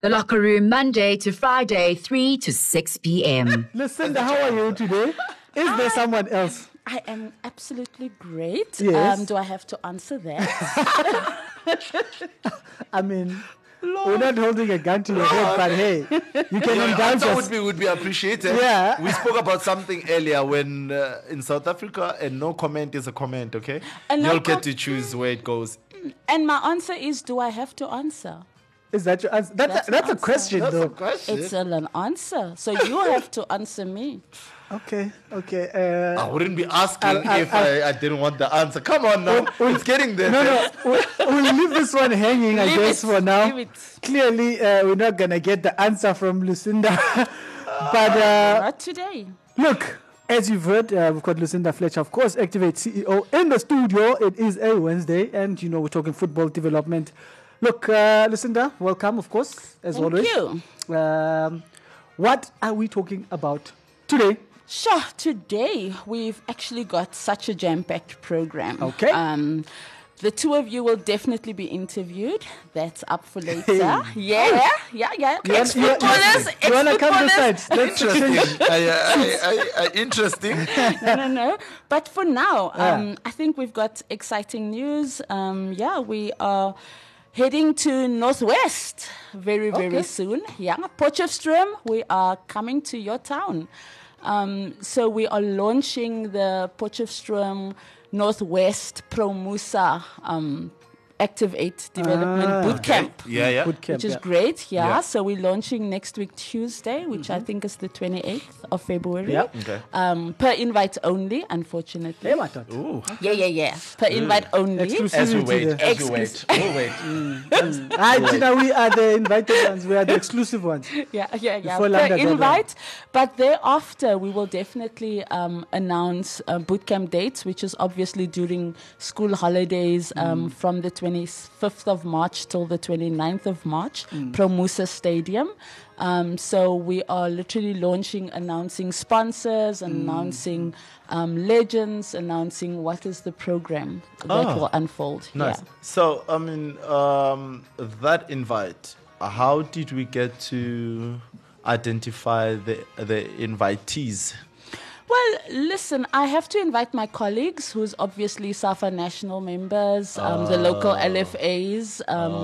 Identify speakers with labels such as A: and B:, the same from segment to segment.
A: The Locker Room, Monday to Friday, 3 to 6 p.m.
B: Lucinda, how are you today? Is there someone else?
C: I am absolutely great.
B: Yes.
C: Um, do I have to answer that?
B: I mean, we're not holding a gun to your head, but hey, you can
D: Your
B: indulge
D: answer
B: us.
D: would be would be appreciated.
B: Yeah.
D: We spoke about something earlier when uh, in South Africa, a no comment is a comment. Okay.
C: A no
D: You'll get
C: com-
D: to choose where it goes.
C: and my answer is do I have to answer?
B: Is that your answer? That's,
C: That's
B: a,
C: an
B: that's a
C: answer.
B: question,
D: That's a
B: though.
D: question.
C: It's still an answer. So you have to answer me.
B: Okay, okay. Uh,
D: I wouldn't be asking
B: I'll- I'll-
D: if I, I didn't want the answer. Come on now. it's getting there.
B: no, no, we'll, we'll leave this one hanging, I
C: Leave
B: guess,
C: it,
B: for now.
C: leave it.
B: Clearly, uh, we're not going to get the answer from Lucinda. but uh,
C: Not today.
B: Look, as you've heard, uh, we've got Lucinda Fletcher, of course, Activate CEO in the studio. It is a Wednesday, and you know, we're talking football development. Look, uh, Lucinda, welcome, of course, as
C: Thank
B: always.
C: you.
B: Um, what are we talking about today?
C: Sure, today we've actually got such a jam packed program.
B: Okay.
C: Um, the two of you will definitely be interviewed. That's up for later.
B: Hey.
C: Yeah, yeah, yeah, yeah.
B: You want- you want-
C: Ex-footballers,
B: you wanna come
C: ex-footballers.
B: decide? Let's change.
D: Interesting. I, I, I, I, interesting.
C: no, no, no. But for now, um, I think we've got exciting news. Um, yeah, we are heading to Northwest very, very
B: Okay.
C: soon. Yeah, Potchefstroom, we are coming to your town. Um, so we are launching the Potchefstroom Northwest Promusa um, Activate Development
B: Ah.
C: Bootcamp. Camp
D: Yeah, yeah.
B: Boot camp,
C: which is
B: yeah. Mm-hmm.
C: great. Yeah.
D: Yeah.
C: So we're launching next week Tuesday, which I think is the 28th of February.
B: Yeah.
D: Okay.
C: Um, per invite only, unfortunately.
B: Hey, my daughter.
D: Ooh.
C: Yeah, yeah, yeah. Per invite only.
B: Mm. Exclusive.
D: As we wait, as we wait,
C: Exclusive.
D: we'll wait.
B: Ah, Gina, we are the invited ones. We are the exclusive ones.
C: Yeah, yeah, yeah.
B: Before
C: Per
B: London deadline.
C: invite, but thereafter we will definitely um, announce uh, bootcamp dates, which is obviously during school holidays
B: Mm.
C: um, from the 25th of March till the 29th of March,
B: Mm.
C: Promusa Stadium. Um, so we are literally launching, announcing
B: Mm.
C: sponsors, announcing um, legends, announcing what is the program that
D: Ah.
C: will unfold.
D: Nice.
C: Yeah.
D: So, I mean, um, that invite. How did we get to identify the the invitees?
C: Well, listen, I have to invite my colleagues, who's obviously SAFA national members, um, the local
D: Oh.
C: LFAs. Um,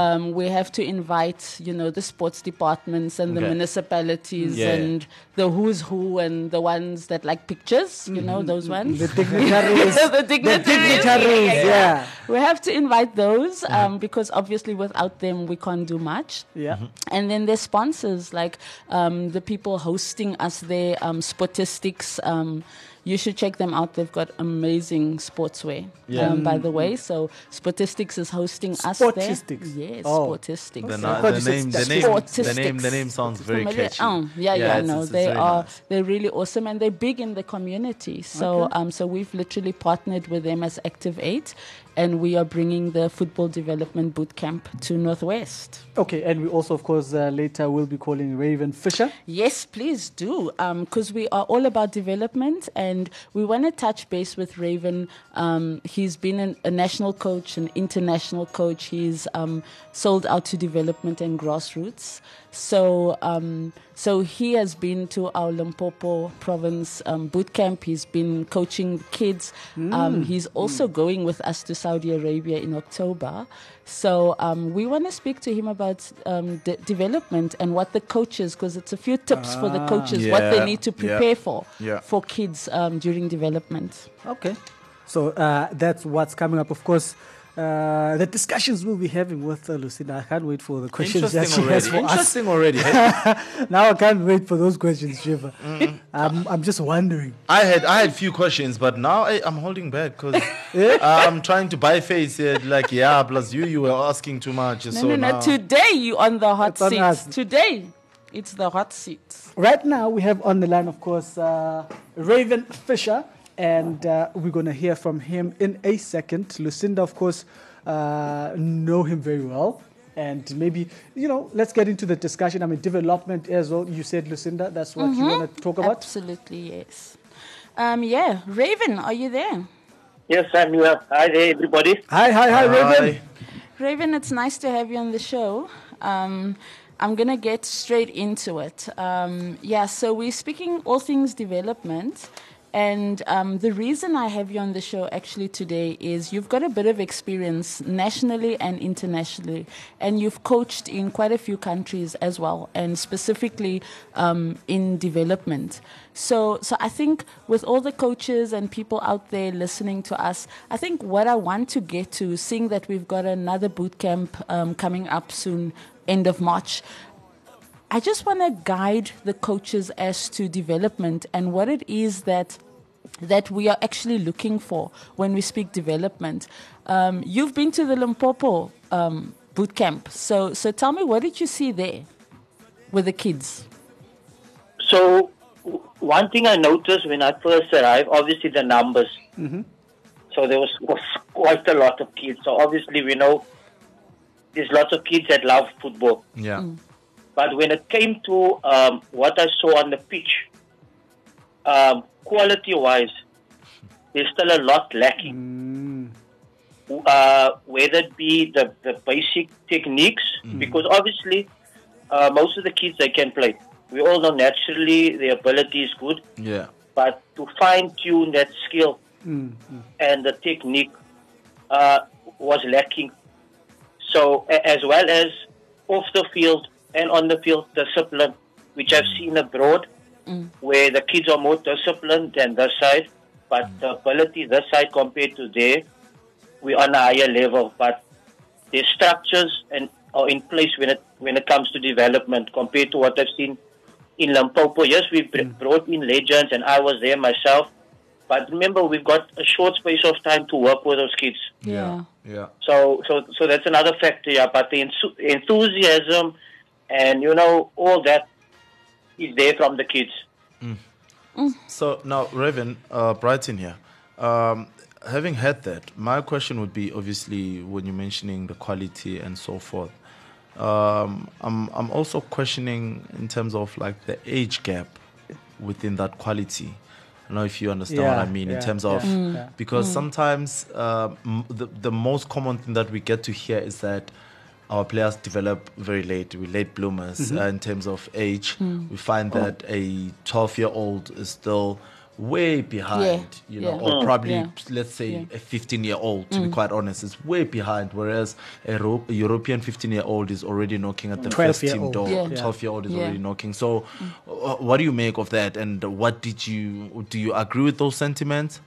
C: um, we have to invite, you know, the sports departments and the
D: Okay.
C: municipalities
D: Yeah, yeah.
C: and the who's who and the ones that like pictures, you
D: Mm-hmm.
C: know, those ones.
B: The dignitaries.
C: the
B: the
C: dignitaries.
B: dignitaries, yeah. Yeah.
C: We have to invite those
D: Uh-huh.
C: um, because obviously without them we can't do much.
D: Mm-hmm.
C: And then their sponsors, like um, the people hosting us there, um, Sportistics. Um, you should check them out. They've got amazing sportswear,
D: Yeah.
C: um, by the way. So Sportistics is hosting us there.
B: Sportistics?
C: Yes,
B: Oh.
C: Sportistics.
D: The,
B: I
D: na-
B: thought
D: the
B: you said
D: name, the name,
C: statistics.
D: the name, the name sounds very
C: Familiar-
D: catchy.
C: Oh, yeah, yeah,
D: it's-
C: no,
D: it's
C: they
D: very
C: are
D: nice.
C: they're really awesome and they're big in the community. So um, so we've literally partnered with them as Active Eight, and we are bringing the football development boot camp to Northwest.
B: Okay, and we also, of course, uh, later will be calling Raven Fisher.
C: Yes, please do, because we are all about development, and we want to touch base with Raven. Um, he's been an, a national coach, an international coach. He's um, sold out to development and grassroots. So, um, so he has been to our Limpopo province um, boot camp. He's been coaching kids.
D: Mm.
C: Um, he's also going with us to Saudi Arabia in October. So um, we want to speak to him about um, de- development and what the coaches, because it's a few tips for the coaches, what
D: Ah. Yeah,
C: they need to
D: yeah,
C: prepare for
D: yeah.
C: for kids um, during development.
B: Okay. So uh, that's what's coming up. Of course, uh, the discussions we'll be having with uh, Lucinda. I can't wait for the questions that she
D: Interesting
B: has
D: already.
B: for us.
D: Interesting already. Hey,
B: Now I can't wait for those questions, Shiva. I'm, I'm just wondering.
D: I had I had few questions, but now I, I'm holding back because I'm trying to buy face. eh, Like yeah, plus you, you were asking too much.
C: No,
D: so
C: no, no.
D: now-
C: Today you on the hot
B: It's on
C: seat.
B: us.
C: Today it's the hot seat.
B: Right now, we have on the line, of course, uh, Raven Fisher, and uh, we're going to hear from him in a second. Lucinda, of course, uh, know him very well. And maybe, you know, let's get into the discussion. I mean, development as well. You said, Lucinda, that's what
E: Mm-hmm.
B: you want to talk about.
C: Absolutely yes. Um, yeah, Raven, are you there?
E: Yes, I'm here. Hi there, everybody.
B: Hi, hi, hi, Raven.
D: Hi.
C: Raven, it's nice to have you on the show. Um, I'm going to get straight into it. Um, yeah, so we're speaking all things development. And um, the reason I have you on the show actually today is you've got a bit of experience nationally and internationally, and you've coached in quite a few countries as well, and specifically um, in development. So, so I think with all the coaches and people out there listening to us, I think what I want to get to, seeing that we've got another boot camp um, coming up soon, end of March, I just want to guide the coaches as to development and what it is that that we are actually looking for when we speak development. Um, you've been to the Limpopo um, boot camp, so so tell me what did you see there with the kids?
E: So, w- one thing I noticed when I first arrived, obviously the numbers. So there was, was quite a lot of kids. So obviously we know there's lots of kids that love football.
D: Yeah.
C: Mm.
E: But when it came to um, what I saw on the pitch, um, quality-wise, there's still a lot lacking uh, whether it be the, the basic techniques, because obviously uh, most of the kids they can play. We all know naturally their ability is good,
D: Yeah.
E: but to fine tune that skill and the technique uh, was lacking. So, a- as well as off the field and on the field discipline, which I've seen abroad, where the kids are more disciplined than this side, but the ability this side compared to there, we're on a higher level. But the structures and are in place when it when it comes to development compared to what I've seen in Limpopo. Yes, we've br- brought in legends, and I was there myself. But remember, we've got a short space of time to work with those kids.
D: Yeah. Yeah.
E: So, so, so that's another factor. Yeah, but the enthu- enthusiasm and you know all that is there from the kids.
D: So now, Raven, uh, Brighton here. Um, having heard that, my question would be obviously when you're mentioning the quality and so forth. Um, I'm I'm also questioning in terms of like the age gap within that quality. I don't know if you understand what I
B: Yeah,
D: mean in
B: yeah,
D: terms
B: yeah,
D: of
B: Mm. yeah.
D: because sometimes uh, m- the the most common thing that we get to hear is that our players develop very late. We're late bloomers uh, in terms of age.
C: Mm.
D: We find that a 12 year old is still way behind, you know,
C: yeah.
D: or
C: Mm.
D: probably
C: Yeah. Mm.
D: let's say a 15 year old, to be quite honest, is way behind. Whereas a, Ro- a European 15 year old is already knocking at the
B: 12
D: first team
B: year-old.
D: door.
C: Yeah.
D: 12 year old is
C: Yeah. Mm.
D: already knocking. So, uh, what do you make of that? And what did you do? You agree with those sentiments?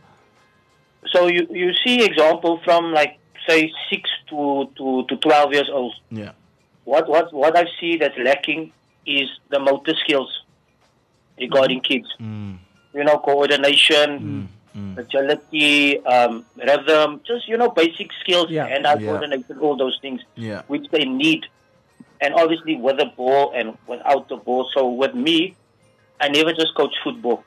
E: So you you see example from like say six to to, to twelve years old.
D: Yeah.
E: What what what I see that's lacking is the motor skills regarding kids. You know, coordination, agility, um, rhythm, just you know, basic skills
B: Yeah.
E: and eye
D: Yeah.
E: coordination, all those things
D: Yeah.
E: which they need. And obviously, with the ball and without the ball. So with me, I never just coach football.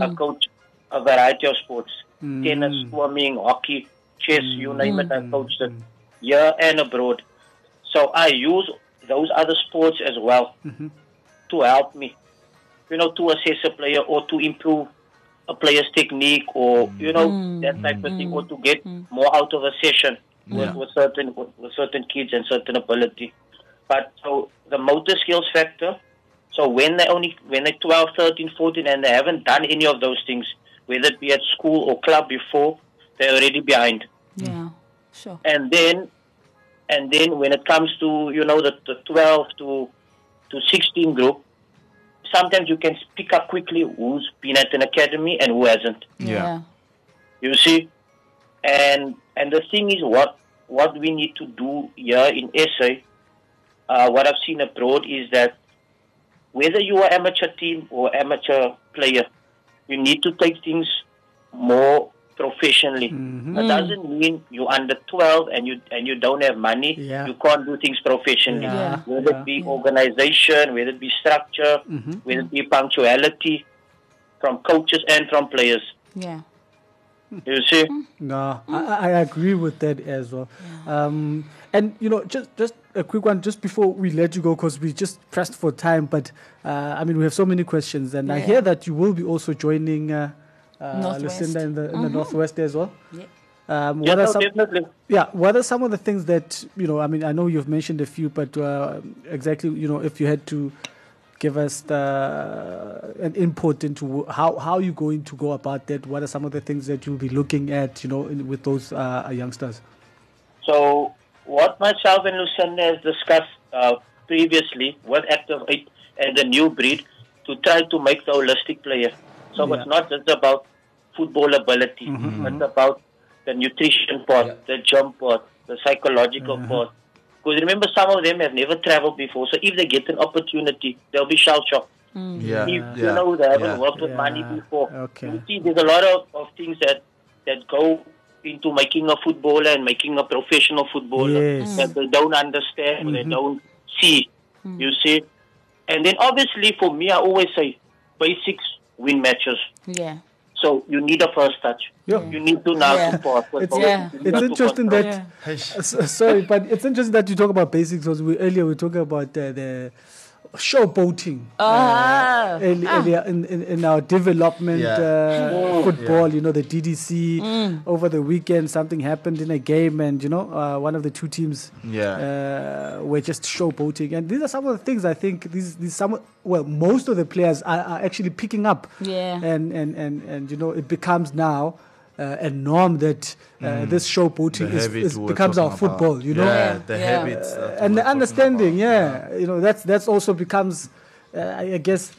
E: I coach a variety of sports: tennis, swimming, hockey, chess. You name it, I coach it here and abroad. So I use those other sports as well to help me, you know, to assess a player or to improve a player's technique or, you know, that type of thing, or to get more out of a session
D: Yeah.
E: with, with certain with, with certain kids and certain ability. But so the motor skills factor, so when they only when they're 12, 13, 14 and they haven't done any of those things, whether it be at school or club before, they're already behind
D: Mm.
C: Yeah, sure.
E: and then and then when it comes to you know the, the 12 to to 16 group sometimes you can pick up quickly who's been at an academy and who hasn't
D: Yeah.
E: you see and and the thing is what what we need to do here in SA uh, what I've seen abroad is that whether you are amateur team or amateur player you need to take things more professionally
C: Mm-hmm.
E: that doesn't mean you're under 12 and you and you don't have money
B: Yeah.
E: you can't do things professionally
C: Yeah. Mm-hmm.
E: whether it be organization whether it be structure whether it be punctuality from coaches and from players
C: Yeah.
E: you see
B: No,
C: Mm.
B: I, I agree with that as well. Um, and you know, just just a quick one, just before we let you go, because we just pressed for time. But uh, I mean, we have so many questions, and I
C: Yeah.
B: hear that you will be also joining uh, uh,
C: Northwest. Mm-hmm.
B: Lucinda in the in the northwest as well.
C: Yeah.
B: Um,
E: Yeah,
B: what are
E: no,
B: some,
E: definitely.
B: yeah, what are some of the things that you know? I mean, I know you've mentioned a few, but uh, exactly, you know, if you had to give us the, an input into wh- how how you're going to go about that, what are some of the things that you'll be looking at, you know, in, with those uh, youngsters?
E: So, what myself and Lucinda has discussed uh, previously with Activate and the new breed to try to make the holistic player. So, it's
B: Yeah. Mm-hmm,
E: not just about football ability, it's about the nutrition part, the jump part, the psychological
B: Mm-hmm.
E: part. Because remember, some of them have never traveled before. So, if they get an opportunity, they'll be shell shocked.
D: Yeah,
E: You,
D: yeah,
E: you know, they
D: yeah.
E: haven't worked with money
B: Uh, Yeah.
E: before.
B: Okay.
E: You see, there's a lot of, of things that, that go into making a footballer and making a professional footballer
B: Yes. Mm-hmm.
E: that they don't understand, or they don't see.
C: Mm.
E: You see? And then, obviously, for me, I always say basics win matches.
C: Yeah.
E: So you need a first touch.
B: Yeah.
E: You need to now
C: Yeah.
E: support.
B: It's,
C: Yeah.
E: You need
B: it's
E: to
B: interesting
E: control.
B: that.
C: Yeah.
D: Heish.
B: Uh, so- Sorry, but it's interesting that you talk about basics because we, earlier we were talking about uh, the showboating
C: Ah.
B: early, earlier in, in, in our development
D: Yeah.
B: uh, football. You know, the DDC over the weekend, something happened in a game, and you know, uh, one of the two teams
D: Yeah.
B: uh, were just showboating. And these are some of the things I think these, these some well, most of the players are, are actually picking up.
C: Yeah.
B: and and and and you know, it becomes now. Uh, a norm that uh,
D: Mm.
B: this showboating is,
D: habit
B: is
D: we're
B: becomes our
D: talking about.
B: football, you know, Uh,
D: Yeah, the
C: Yeah.
D: habits. that we're
B: and the
D: talking
B: understanding,
D: about.
B: yeah, you know, that's that's also becomes, uh, I I guess,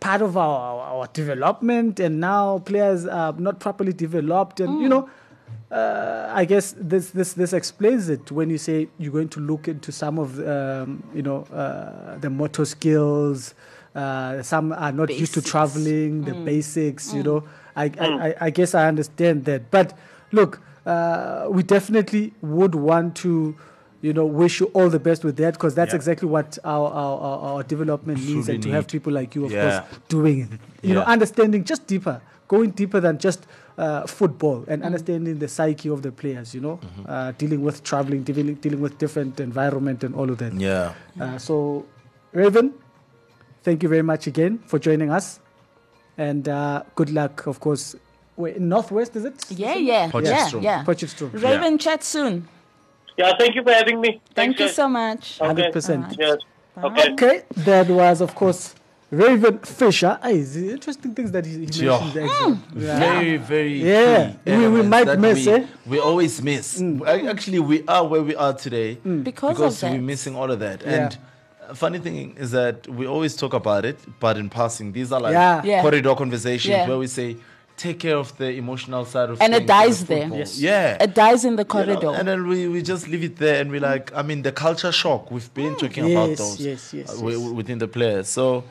B: part of our, our our development. And now players are not properly developed, and you know, uh, I guess this this this explains it when you say you're going to look into some of um, you know uh, the motor skills. Uh, some are not used to
C: Basics.
B: traveling, the basics, you know. I,
D: Mm.
B: I, I, I guess I understand that. But look, uh, we definitely would want to, you know, wish you all the best with that because that's
D: Yeah.
B: exactly what our, our, our, our development needs and to
D: Truly
B: have
D: need.
B: people like you, of
D: Yeah.
B: course, doing, it. you know,
D: Yeah.
B: understanding just deeper, going deeper than just uh, football and understanding the psyche of the players, you know, uh, dealing with traveling, dealing, dealing with different environment and all of that.
D: Yeah.
B: Uh, so, Raven, thank you very much again for joining us. And uh, good luck, of course. Wait, in Northwest, is it?
C: Yeah, yeah, yeah,
D: Potchefstroom.
C: yeah.
B: Potchefstroom.
C: Raven, chat soon.
E: Yeah, thank you for having me.
C: Thank
E: Thanks,
C: you
E: guys.
C: so much.
E: Okay.
B: 100%.
E: Yes. Okay.
B: Okay, that was, of course, Raven Fisher. Hey, it's interesting things that he, he mentioned.
D: Yeah.
B: there, actually.
D: Very, very.
B: Yeah.
D: key
B: We- we
D: elements
B: might
D: that
B: miss, Mm.
D: we,
B: eh?
D: we always miss. Ac- Actually, we are where we are today
C: Because of that.
D: we're missing all of that.
B: Mm. Yeah.
D: And uh, funny thing is that we always talk about it, but in passing, these are like
B: Yeah.
C: Yeah.
D: corridor conversations
C: Yeah.
D: where we say, take care of the emotional side of
C: And it
D: things in
C: dies there.
D: football."
C: Yes.
D: Yeah.
C: It dies in the
D: You know,
C: corridor.
D: and then we, we just leave it there and we're like, I mean, the culture shock, we've been talking about
B: Yes,
D: those
B: yes, yes,
D: uh, wi-
B: yes.
D: wi- within the players. So,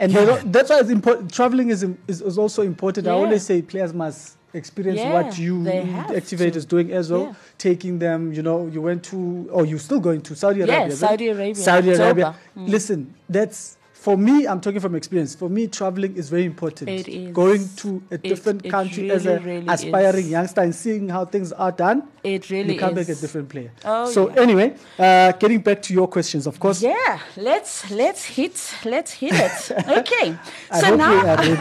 B: And they don't- that's why it's important. Traveling is, im- is, is also important. I
C: Yeah.
B: always say players must experience
C: Yeah,
B: what you
C: they have
B: activate
C: to.
B: is doing as well.
C: Yeah.
B: Taking them, you know, you went to, or you're still going to Saudi Arabia. right?
C: Saudi Arabia,
B: Saudi
C: October. Mm.
B: Arabia. Listen, that's for me. I'm talking from experience. For me, traveling is very important.
C: It is.
B: Going to a different
C: it
B: country as
C: really,
B: an
C: really
B: aspiring
C: is.
B: youngster and seeing how things are done
C: It really
B: you come
C: is.
B: back a different player.
C: Oh,
B: so
C: yeah.
B: anyway, uh, getting back to your questions, of course.
C: Yeah, let's let's hit let's hit it. Okay,
B: I
C: so
B: hope
C: now
B: you are ready.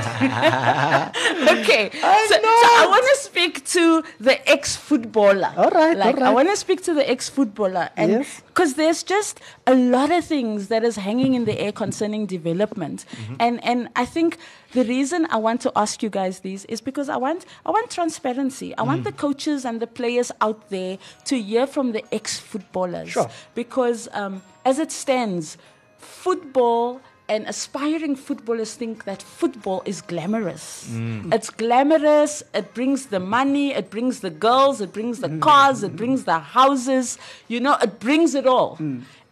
C: okay, so, so I want to speak to the ex-footballer.
B: All right,
C: like
B: all
C: I
B: right.
C: want to speak to the ex-footballer, and
B: Yes.
C: because there's just a lot of things that is hanging in the air concerning development,
B: Mm-hmm.
C: and and I think the reason I want to ask you guys these is because I want I want transparency. I
B: Mm.
C: want the coaches and the players out there to hear from the ex-footballers
B: Sure.
C: because um, as it stands, football and aspiring footballers think that football is glamorous. It's glamorous, it brings the money, it brings the girls, it brings the cars, it brings the houses, you know, it brings it all.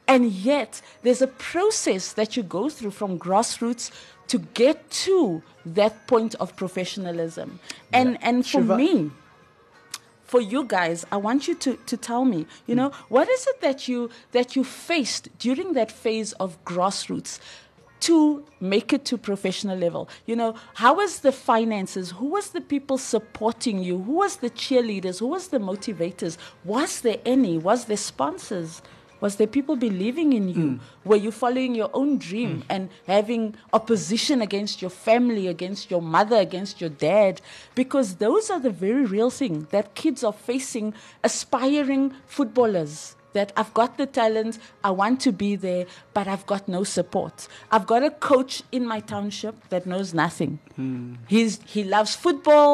C: And yet, there's a process that you go through from grassroots to get to that point of professionalism. And, and for
B: Shiva-
C: me, for you guys i want you to, to tell me you know what is it that you that you faced during that phase of grassroots to make it to professional level you know how was the finances who was the people supporting you who was the cheerleaders who was the motivators was there any was there sponsors Was there people believing in you? Were you following your own dream and having opposition against your family, against your mother, against your dad? Because those are the very real thing that kids are facing, aspiring footballers that I've got the talent, I want to be there, but I've got no support. I've got a coach in my township that knows nothing. He's, he loves football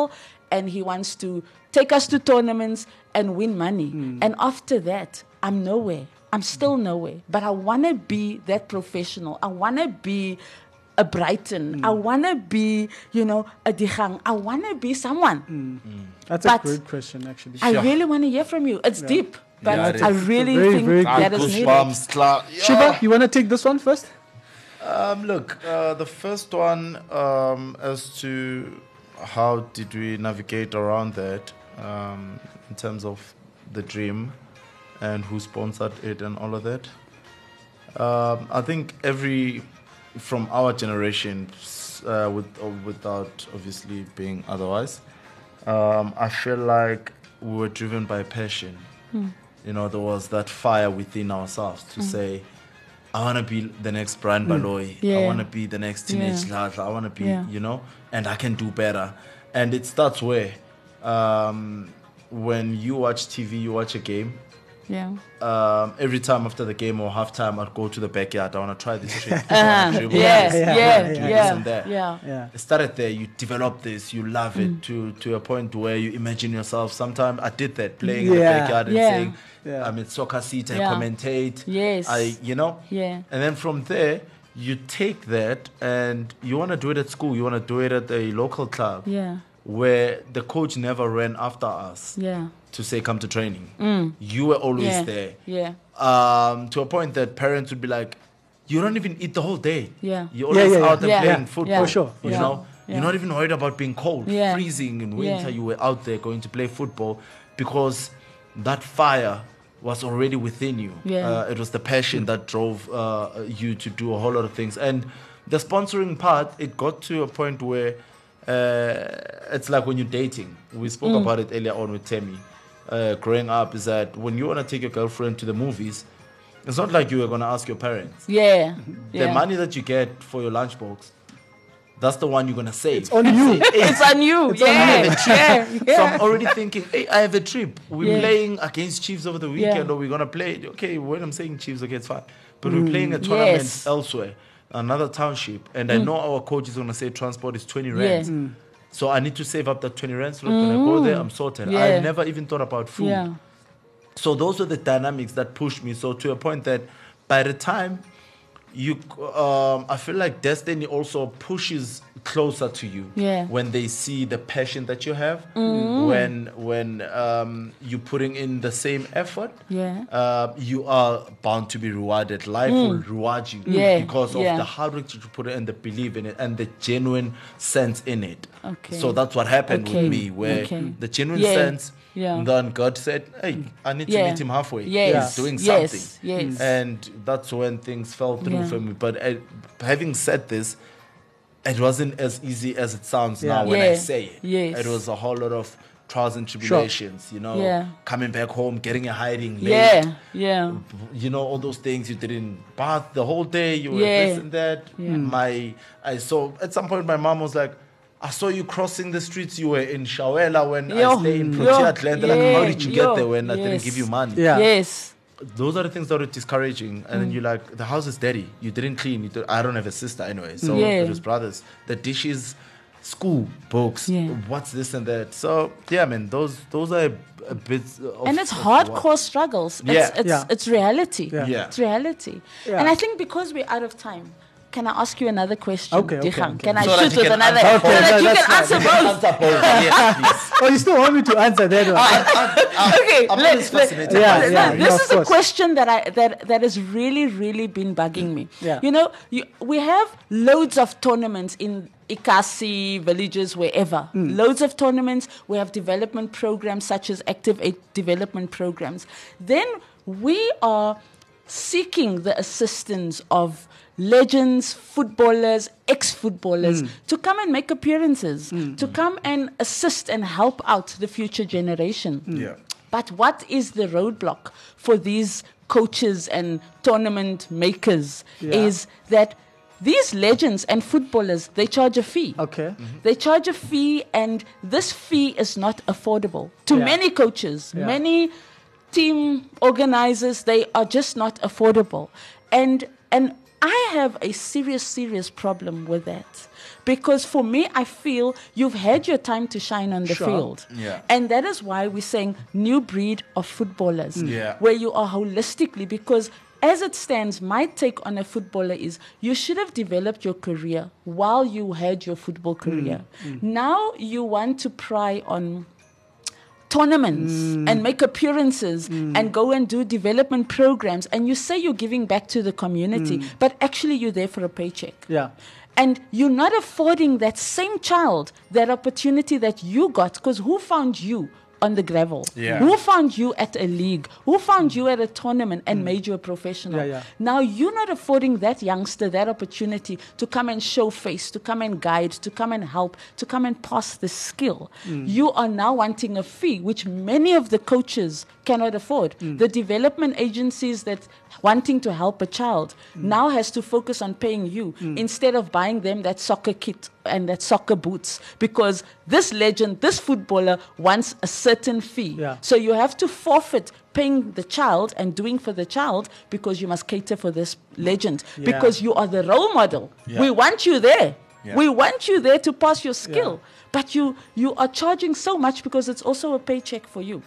C: and he wants to take us to tournaments and win money.
D: Hmm.
C: And after that, I'm nowhere. I'm still nowhere. But I want to be that professional. I want to be a
D: Hmm.
C: Brighton. I want to be, you know, a Dihang. I want to be someone.
D: Hmm.
B: That's
C: But-
B: a great question, actually.
C: I
D: Sure.
C: really want to hear from you. It's deep, but
D: Yeah, it is.
C: I really
B: Very,
C: think
B: very
C: that is needed.
D: Goosebumps, cla- yeah.
B: Shiva, you want to take this one first?
D: Um, look, uh, the first one um, as to how did we navigate around that um, in terms of the dream and who sponsored it and all of that. Um, I think every from our generation, s- uh, with uh, without obviously being otherwise, um, I feel like we were driven by passion.
C: Hmm.
D: You know, there was that fire within ourselves to say, I want to be the next Brian Baloy. I
C: Hmm. Yeah.
D: want to be the next teenage
C: Yeah.
D: lad. I want to be,
C: Yeah.
D: you know, and I can do better. And it starts where, um, when you watch TV, you watch a game,
C: Yeah.
D: um, every time after the game or halftime, I'd go to the backyard. I want to try this trick.
C: Uh-huh.
D: Dribble
C: Yeah, yeah,
D: this, dribble
C: yeah,
D: this and
C: yeah,
D: that.
C: yeah. Mm.
B: Yeah.
D: It started there. You develop this. You love it to to a point where you imagine yourself. Sometimes I did that playing in the
B: Yeah.
D: backyard and
C: Yeah.
D: saying,
B: Yeah.
D: "I'm at soccer seat. I
C: Yeah.
D: commentate.
C: Yes.
D: I, you know.
C: Yeah.
D: And then from there, you take that and you want to do it at school. You want to do it at a local club.
C: Yeah.
D: Where the coach never ran after us
C: Yeah. Mm.
D: to say come to training. You were always
C: Yeah.
D: there
C: Yeah.
D: um, to a point that parents would be like, "You don't even eat the whole day.
C: Yeah.
D: you're always
B: Yeah, yeah,
D: out
B: yeah.
D: and
C: Yeah.
D: playing
C: Yeah.
D: football.
C: For
B: sure, for
D: you
C: sure.
D: know,
C: Yeah.
D: you're not even worried about being cold,
C: Yeah.
D: freezing in winter.
C: Yeah.
D: You were out there going to play football because that fire." Was already within you.
C: Yeah.
D: Uh, it was the passion that drove uh, you to do a whole lot of things. And the sponsoring part, it got to a point where uh, it's like when you're dating. We spoke
C: Mm.
D: about it earlier on with Temi. Uh, growing up, is that when you want to take your girlfriend to the movies, it's not like you were going to ask your parents.
C: Yeah.
D: The
C: yeah.
D: money that you get for your lunchbox, that's the one you're going to save.
B: On you.
C: It's on you. yeah. yeah.
D: So
C: Yeah.
D: I'm already thinking, hey, I have a trip. We're
C: Yeah.
D: playing against Chiefs over the weekend, or we're gonna play. Okay, when I'm saying Chiefs, okay, it's fine. But we're playing a tournament
C: Mm, Yes. Mm.
D: elsewhere, another township, and I know our coach is gonna say transport is 20 rands.
C: Yeah. Mm.
D: So I need to save up that 20 rands. Look, when I go there, I'm sorted. I
C: Yeah.
D: never even thought about food.
C: Yeah.
D: So those were the dynamics that pushed me. So to a point that by the time you, um, I feel like destiny also pushes closer to you
C: Yeah. Mm.
D: when they see the passion that you have, when when um, you're putting in the same effort.
C: Yeah. Mm.
D: Uh, you are bound to be rewarded. Life will reward you
C: Yeah,
D: because of
C: yeah.
D: the hard work that you put in and the belief in it and the genuine sense in it.
C: Okay.
D: So that's what happened
C: Okay,
D: with me, where
C: okay.
D: the genuine
C: Yeah,
D: sense.
C: yeah.
D: Then God said, "Hey, I need to
C: Yeah.
D: meet him halfway.
C: Yes,
D: He's doing
C: yes,
D: something."
C: yes.
D: And that's when things fell through
C: Yeah.
D: for me. But I, having said this, it wasn't as easy as it sounds now
B: Yeah.
D: when I
C: Yeah,
D: say it.
C: yes.
D: It was a whole lot of trials and tribulations. You know,
C: Yeah.
D: coming back home, getting a hiding late.
C: Yeah. Yeah.
D: You know all those things you didn't bath the whole day. You were
C: Yeah.
D: this and that.
C: Yeah.
D: My I saw at some point my mom was like. I saw you crossing the streets. You were in Shawela when I
C: Yo,
D: stayed in
C: yo,
D: Protea Land. Like, how
C: yeah,
D: did you get
C: yo,
D: there when I didn't
C: yes.
D: give you money?
B: Yeah.
C: Yes.
D: those are the things that are discouraging. And then
C: Mm.
D: you're like, the house is dirty. You didn't clean. You don't, I don't have a sister anyway. So
C: Yeah.
D: it was brothers. The dishes, school, books,
C: Yeah.
D: what's this and that. So yeah, man, those those are a, a bit. Of,
C: and it's
D: of
C: hardcore
D: what-
C: struggles.
D: Yeah.
C: It's, it's,
B: Yeah.
C: it's reality.
B: Yeah.
D: Yeah.
C: It's reality.
B: Yeah.
C: And I think because we're out of time, can I ask you another question,
B: Okay, okay,
C: Dikgang?
B: okay.
C: Can I
D: So that
C: shoot
D: you
C: with
D: can
C: another?
D: answer
C: so
D: both.
C: that
B: No,
C: you
B: that's
C: can answer both.
D: Answer both. Yes, Oh, please.
B: Oh, you still want me to answer that one?
C: okay,
D: I'm
C: let-
D: always
C: let-
D: fascinated
B: Yeah,
D: by
B: yeah,
D: stories.
B: yeah.
C: this
B: of
C: is a
B: course.
C: question that I that that has really really been bugging me.
B: Yeah.
C: You know, you, we have loads of tournaments in Ikasi villages wherever.
B: Hmm.
C: Loads of tournaments. We have development programs such as active aid development programs. Then we are seeking the assistance of legends, footballers,
B: Hmm.
C: ex-footballers to come and make appearances, to come and assist and
B: Hmm.
C: help out the future generation.
D: Yeah.
C: But what is the roadblock for these coaches and tournament makers
B: Yeah.
C: is that these legends and footballers they charge a fee. Mm-hmm.
B: Okay.
C: They charge a fee, and this fee is not affordable to
B: Yeah.
C: many coaches,
B: Yeah.
C: many team organizers. They are just not affordable, and and I have a serious, serious problem with that because for me, I feel you've had your time to shine on the
B: Sure.
C: field,
D: Yeah.
C: and that is why we're saying new breed of footballers,
D: Yeah.
C: where you are holistically because. As it stands, my take on a footballer is you should have developed your career while you had your football career. Now you want to pry on tournaments and make appearances and go and do development programs and you say you're giving back to the community but actually you're there for a paycheck
B: Yeah.
C: and you're not affording that same child that opportunity that you got because who found you on the gravel
D: Yeah.
C: who found you at a league who found you at a tournament and made you a professional
B: Mm. Yeah, yeah.
C: now you're not affording that youngster that opportunity to come and show face, to come and guide, to come and help, to come and pass the skill. You are now wanting a fee, which many of the coaches cannot afford. The development agencies that wanting to help a child now has to focus on paying you instead of buying them that soccer kit and that soccer boots because this legend, this footballer wants a certain fee.
B: Yeah.
C: So you have to forfeit paying the child and doing for the child because you must cater for this legend
B: Yeah.
C: because you are the role model.
D: Yeah.
C: We want you there.
D: Yeah.
C: We want you there to pass your skill. But you you are charging so much because it's also a paycheck for you.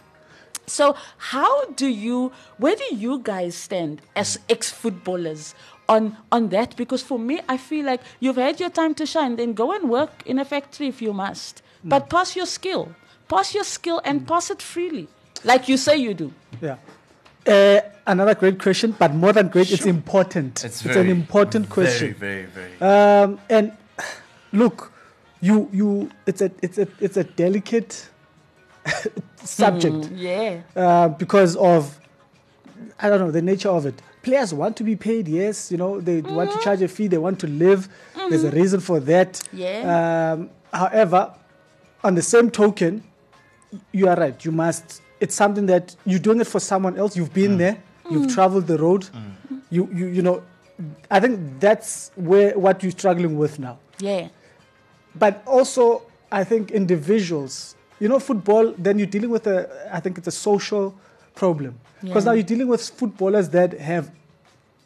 C: So how do you where do you guys stand as ex-footballers on on that because for me I feel like you've had your time to shine then go and work in a factory if you must but pass your skill pass your skill and pass it freely like you say you do
B: Yeah. Uh, another great question, but more than great, it's important. an important question.
D: Very, very, very.
B: Um, and look, you you it's a it's a it's a delicate subject
C: yeah
B: uh, because of I don't know the nature of it. Players want to be paid, yes, you know they want to charge a fee, they want to live. There's a reason for that.
C: Yeah.
B: Um, however, on the same token, y- you are right. You must. It's something that you're doing it for someone else. You've been there. You've traveled the road. You you you know. I think that's where what you're struggling with now
C: yeah
B: but also I think individuals. You know, football. Then you're dealing with a. I think it's a social problem because
C: Yeah.
B: now you're dealing with footballers that have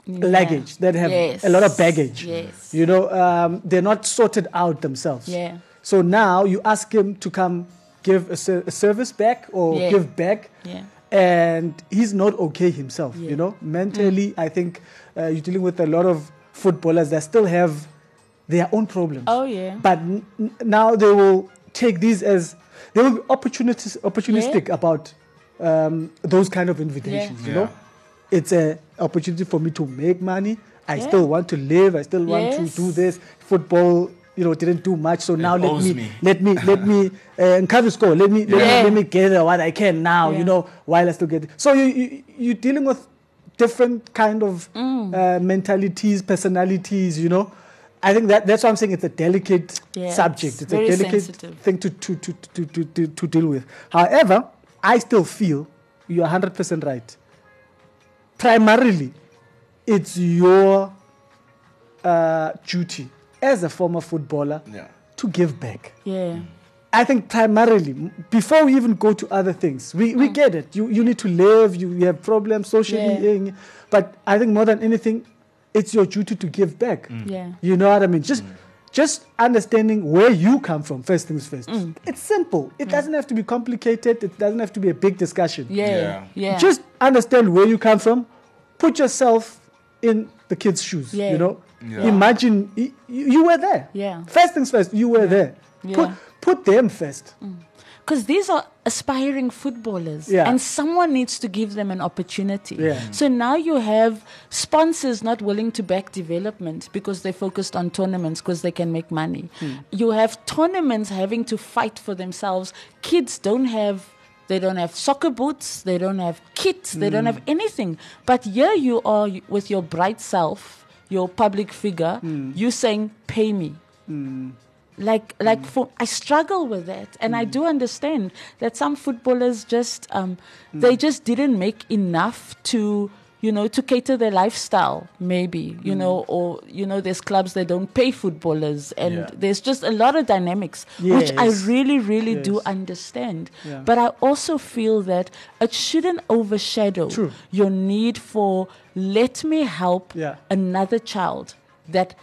B: luggage, that have
C: Yes.
B: a lot of baggage.
C: Yes.
B: You know, um, they're not sorted out themselves.
C: Yeah.
B: So now you ask him to come give a, ser- a service back or
C: Yeah.
B: give back.
C: Yeah.
B: And he's not okay himself, you
C: Yeah. Mm.
B: know. Mentally, I think uh, you're dealing with a lot of footballers that still have their own problems.
C: Oh, yeah.
B: But n- n- now they will take these as they will be opportunities, opportunistic about um, those kind of invitations. You know, it's a opportunity for me to make money. I
C: Yeah.
B: still want to live. I still want
C: Yes.
B: to do this. Football, you know, didn't do much. So now let
D: owes
B: me,
D: me.
B: let me let me uh, encourage score. Let me, let
C: Yeah.
B: me let me gather what I can now. You
C: Yeah.
B: know, while I still get. So you, you you're dealing with different kind of
C: Mm.
B: uh, mentalities, personalities. You know, I think that that's why I'm saying it's a delicate
C: Yeah, it's
B: subject. It's a
C: very
B: delicate
C: sensitive.
B: thing to to, to, to, to, to to deal with. However, I still feel you're 100 percent right. Primarily, it's your uh, duty as a former footballer
D: Yeah.
B: to give back.
C: yeah
B: I think primarily, m- before we even go to other things, we, we get it. You, you need to live, you, you have problems
C: Mm. Yeah.
B: socially. eh, But I think more than anything, it's your duty to give back.
C: Yeah.
B: You know what I mean? Just, just understanding where you come from, first things first.
C: Mm.
B: It's simple. It doesn't have to be complicated, it doesn't have to be a big discussion.
C: yeah
D: Yeah.
C: yeah
B: Just understand where you come from. Put yourself in the kid's shoes.
C: Yeah.
B: You know,
D: Yeah.
B: imagine y- you, you were there.
C: Yeah.
B: First things first, you were there. Put
C: Yeah.
B: put them first.
C: because these are aspiring footballers
B: Yeah.
C: and someone needs to give them an opportunity
B: Yeah. Mm.
C: so now you have sponsors not willing to back development because they focused on tournaments because they can make money
B: Hmm.
C: you have tournaments having to fight for themselves kids don't have they don't have soccer boots they don't have kits they
B: Hmm.
C: don't have anything but here you are y- with your bright self your public figure
B: Hmm.
C: you saying pay me like
B: Mm.
C: like for i struggle with that and i do
B: Mm.
C: understand that some footballers just um they just didn't make enough to you know, to cater their lifestyle, maybe, you
B: Mm.
C: know, or, you know, there's clubs that don't pay footballers. And
D: Yeah.
C: there's just a lot of dynamics, which I
B: Yes.
C: really, really do
B: Yes.
C: understand.
B: Yeah.
C: But I also feel that it shouldn't overshadow
B: True.
C: your need for let me help
B: Yeah.
C: another child that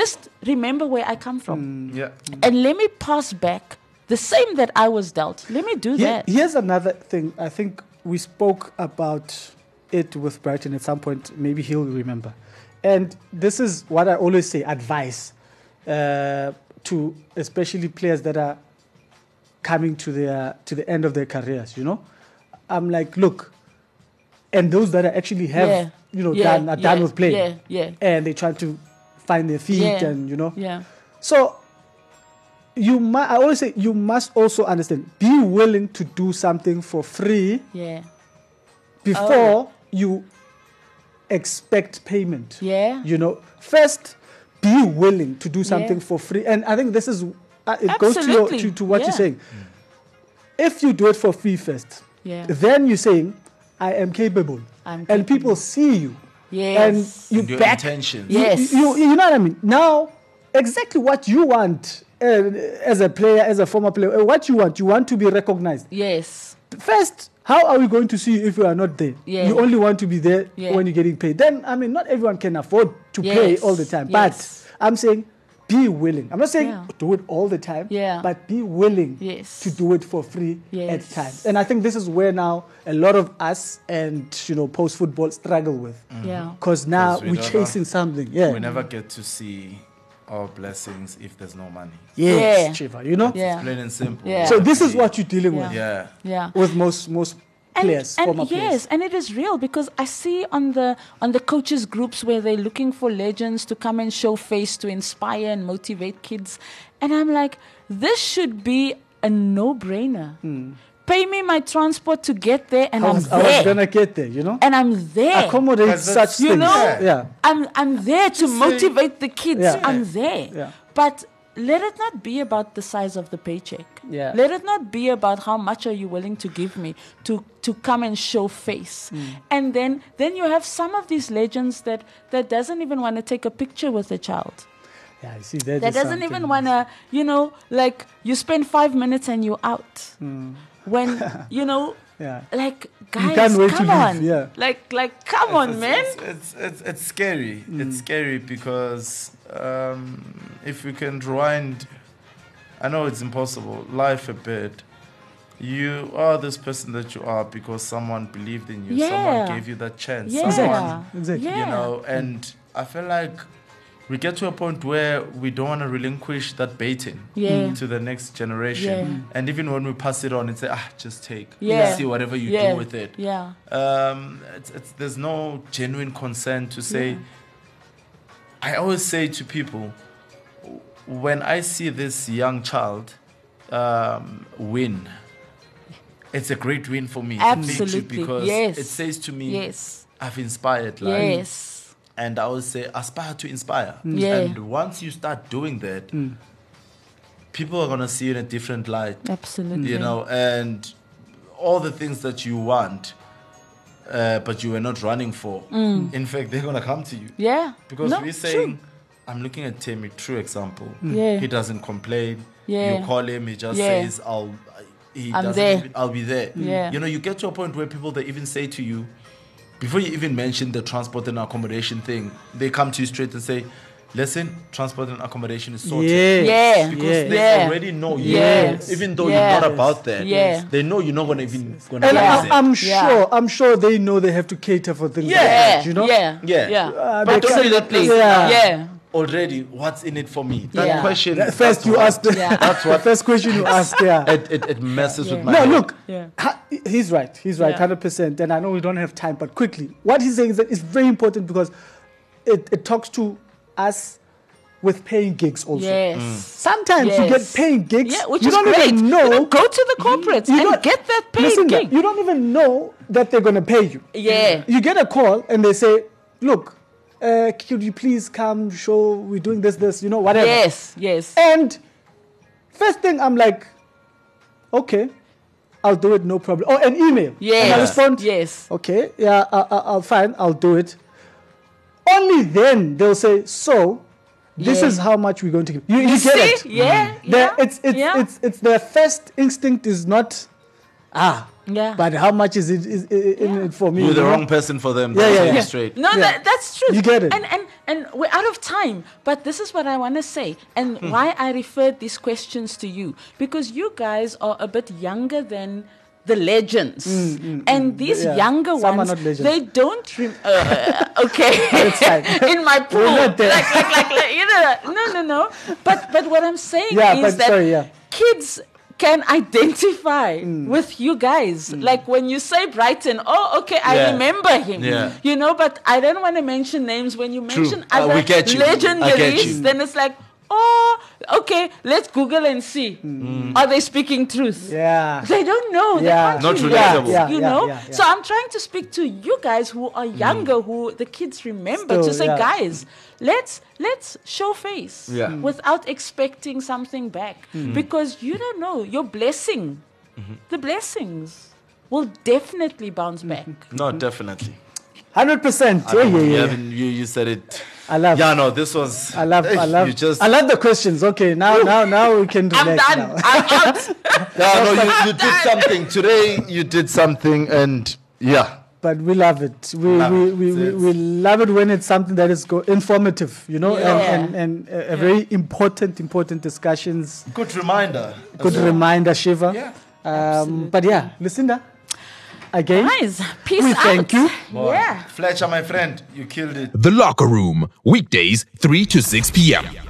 C: just remember where I come
B: Mm.
C: from
D: Yeah.
C: and let me pass back the same that I was dealt. Let me do
B: Here-
C: that.
B: Here's another thing. I think we spoke about it with Brighton at some point. Maybe he'll remember. And this is what I always say advice uh, to especially players that are coming to their to the end of their careers. You know, I'm like, look, and those that are actually have
C: Yeah.
B: you know
C: Yeah,
B: done are done
C: yeah,
B: with playing,
C: yeah, yeah.
B: and they try to find their feet
C: Yeah,
B: and you know,
C: yeah.
B: so you must. I always say you must also understand. Be willing to do something for free
C: Yeah.
B: before
C: Oh.
B: you expect payment.
C: Yeah.
B: You know, first be willing to do something
C: Yeah.
B: for free, and I think this is uh, it goes to, your, to
C: Absolutely.
B: to what
C: Yeah.
B: you're saying. If you do it for free first,
C: Yeah.
B: then you're saying, "I am capable,"
C: I'm
B: and people see you,
C: Yes.
B: and you
D: And your
B: back
D: intentions.
C: Yeah. Yes.
B: you, you, you know what I mean? Now, exactly what you want uh, as a player, as a former player, uh, what you want, you want to be recognized.
C: yes.
B: First, how are we going to see you if you are not there?
C: Yeah.
B: You only want to be there
C: Yeah.
B: when you're getting paid. Then, I mean, not everyone can afford to play
C: Yes,
B: all the time.
C: yes.
B: But I'm saying, be willing. I'm not saying
C: Yeah.
B: do it all the time,
C: Yeah.
B: but be willing
C: Yes.
B: to do it for free
C: Yes.
B: at times. And I think this is where now a lot of us and, you know, post football struggle with.
C: Yeah.
B: Because now
D: 'Cause Mm. we
B: we are
D: don't know.
B: chasing something. Yeah.
D: We never get to see our blessings if there's no money.
B: Yes,
C: Yeah.
B: Chiva, you know?
C: Yeah.
D: Plain and simple.
C: Yeah.
B: So this is what you're dealing with
D: Yeah.
C: Yeah.
B: with most most players, former
C: yes,
B: players.
C: and it is real because I see on the on the coaches groups where they're looking for legends to come and show face to inspire and motivate kids, and I'm like, this should be a no-brainer. Pay me my transport to get there, and
B: Hmm. I
C: I'm
B: was, I was
C: there,
B: gonna get there, you know?
C: and I'm there.
B: Accommodate
D: But
B: such
D: that's-
B: things.
C: you know,
B: Yeah.
C: I'm I'm there to motivate the kids.
B: Yeah.
C: I'm there,
B: Yeah.
C: but. Let it not be about the size of the paycheck.
B: Yeah.
C: Let it not be about how much are you willing to give me to, to come and show face.
B: Mm.
C: And then then you have some of these legends that, that doesn't even want to take a picture with a child.
B: Yeah, you see that.
C: That
B: is
C: doesn't
B: something.
C: even want to, you know, like you spend five minutes and you're out. When, you know,
B: Yeah.
C: like guys,
B: Mm. can't wait to
C: come
B: leave,
C: on.
B: yeah.
C: Like, like, come on,
D: It's-
C: man.
D: It's, it's, it's, it's scary. It's scary because um, if we can rewind, I know it's impossible, life a bit. You are this person that you are because someone believed in you. Someone
C: Yeah.
D: gave you that chance.
C: Yeah.
B: Exactly, exactly.
C: Yeah.
D: you know and i feel like we get to a point where we don't want to relinquish that baiting
C: Yeah.
D: to the next generation
C: Yeah.
D: and even when we pass it on and say ah just take
C: Yeah.
D: see whatever you
C: yeah.
D: do with it
C: Yeah.
D: um, it's, it's, there's no genuine consent to say i always say to people when i see this young child um, win it's a great win for me
C: Absolutely.
D: because
C: Yes.
D: it says to me
C: Yes.
D: i've inspired like
C: Yes. Mm.
D: and I would say aspire to inspire.
C: Yeah. Mm.
D: And once you start doing that, people are gonna see you in a different light,
C: Absolutely.
D: you know, and all the things that you want, uh, but you were not running for. In fact, they're gonna come to you
C: Yeah.
D: because
C: Mm. No,
D: we're
C: true. Mm.
D: saying. I'm looking at Timmy, true example.
C: Yeah.
D: He doesn't complain.
C: Yeah.
D: You call him, he just
C: Yeah.
D: says, "I'll." He
C: I'm
D: doesn't
C: there.
D: even- I'll be there.
C: Yeah.
D: You know, you get to a point where people they even say to you, before you even mention the transport and accommodation thing, they come to you straight and say, "Listen, transport and accommodation is sorted."
B: Yes.
C: Yeah.
D: Because
B: Yeah.
D: they
C: Yeah.
D: already know you,
C: Yes.
D: even though
C: Yes.
D: you're not about that.
C: Yeah.
D: They know you're not gonna even gonna
B: And
C: Yeah.
D: raise it.
B: I, I'm
C: Yeah.
B: sure, I'm sure they know they have to cater for things like
D: Yeah.
B: that, you know?
C: Yeah.
D: Yeah.
C: Yeah.
D: Uh, But don't be that place.
B: Yeah.
C: Yeah.
D: Already, what's in it for me? That
C: Yeah.
D: question.
B: That First,
D: that's
B: you
D: what-
B: asked. the-
C: Yeah.
D: That's what
B: First question you asked, yeah.
D: it, it, it messes with my
B: No,
D: head.
B: look,
C: Yeah.
B: ha- he's right. He's right,
C: Yeah.
B: hundred percent. And I know we don't have time, but quickly, what he's saying is that it's very important because it, it talks to us with paying gigs also.
C: Yes.
D: Mm.
B: Sometimes you get
C: Yes.
B: paying gigs.
C: Yeah, which
B: you
C: is
B: don't
C: great.
B: even
C: You
B: know.
C: know, go to the corporates
B: You
C: and
B: don't-
C: get that paid
B: Listen,
C: gig.
B: You don't even know that they're going to pay you.
C: Yeah.
B: You get a call and they say, "Look, uh, could you please come show we're doing this, this, you know, whatever."
C: Yes. Yes.
B: And first thing I'm like, okay, I'll do it, no problem. Oh, an email. And I
C: Yes.
B: respond.
C: Yes.
B: Okay, yeah, I, I, I'll fine, I'll do it. Only then they'll say, so this
C: Yeah.
B: is how much we're going to give. You, you,
C: You
B: get
C: see?
B: it?
C: Yeah,
B: The-
C: yeah,
B: It's, it's,
C: yeah.
B: it's, it's their first instinct is not, ah,
C: Yeah.
B: but how much is it is, i- i- in it for me?
D: You're the
B: you know?
D: wrong person for them.
B: Yeah,
D: They'll
B: yeah,
D: tell you
B: yeah.
D: Straight.
C: No,
B: Yeah.
C: that, that's true.
B: You get it.
C: And, and, and we're out of time, but this is what I want to say and
B: Hmm.
C: why I referred these questions to you because you guys are a bit younger than the legends. and these
B: Mm, yeah.
C: younger
B: Some are
C: ones,
B: not legends.
C: they don't. Rem- uh, okay.
B: fine.
C: In my pool.
B: not there.
C: Like, like, like, like, you know, no, no, no. But, but what I'm saying
B: Yeah,
C: is
B: but
C: that
B: sorry, yeah. Mm.
C: kids can identify with you guys. Like when you say Brighton, oh, okay, I
D: Yeah.
C: remember him.
D: Yeah.
C: You know, but I don't want to mention names. When you mention
D: Uh,
C: other
D: we get you. I get you.
C: legendaries, then it's like, oh, okay, let's Google and see. Are they speaking truth?
B: Yeah.
C: They don't know. They
B: Yeah.
C: can't
D: Mm. Not
C: relate,
D: relatable.
B: Yeah, yeah,
C: you
B: yeah,
C: know?
B: yeah, yeah.
C: So I'm trying to speak to you guys who
D: Mm.
C: are younger, who the kids remember, to
B: Still,
C: say,
B: yeah.
C: guys, let's let's show face
D: Yeah. Mm.
C: without expecting something back. Because you don't know. Your blessing,
D: Mm-hmm.
C: the blessings will definitely bounce back.
B: Mm-hmm.
D: No, definitely.
B: 100%. Yeah, yeah,
D: You,
B: yeah.
D: haven't- you, you said it.
B: I love
D: Yeah, no, this was.
B: I love,
D: Eh,
B: I love,
D: You just.
B: I love the questions. Okay, now, now, now we can
C: I'm
B: relax.
C: done.
B: now.
C: I'm out.
D: Yeah, no, you, you did something. Today, you did something, and yeah.
B: But we love it. We
D: Love
B: we,
D: it.
B: we, we,
D: It's-
B: we love it when it's something that is go- informative, you know,
C: Yeah.
B: and and, and a, a very important important discussions.
D: Good reminder.
B: Good reminder, Shiva.
D: Yeah.
B: Um, but yeah, Lucinda, again,
C: Guys, peace
B: we
C: out.
B: thank you.
C: Yeah.
D: Fletcher, my friend, you killed it.
F: The Locker Room, weekdays 3 to 6 p.m.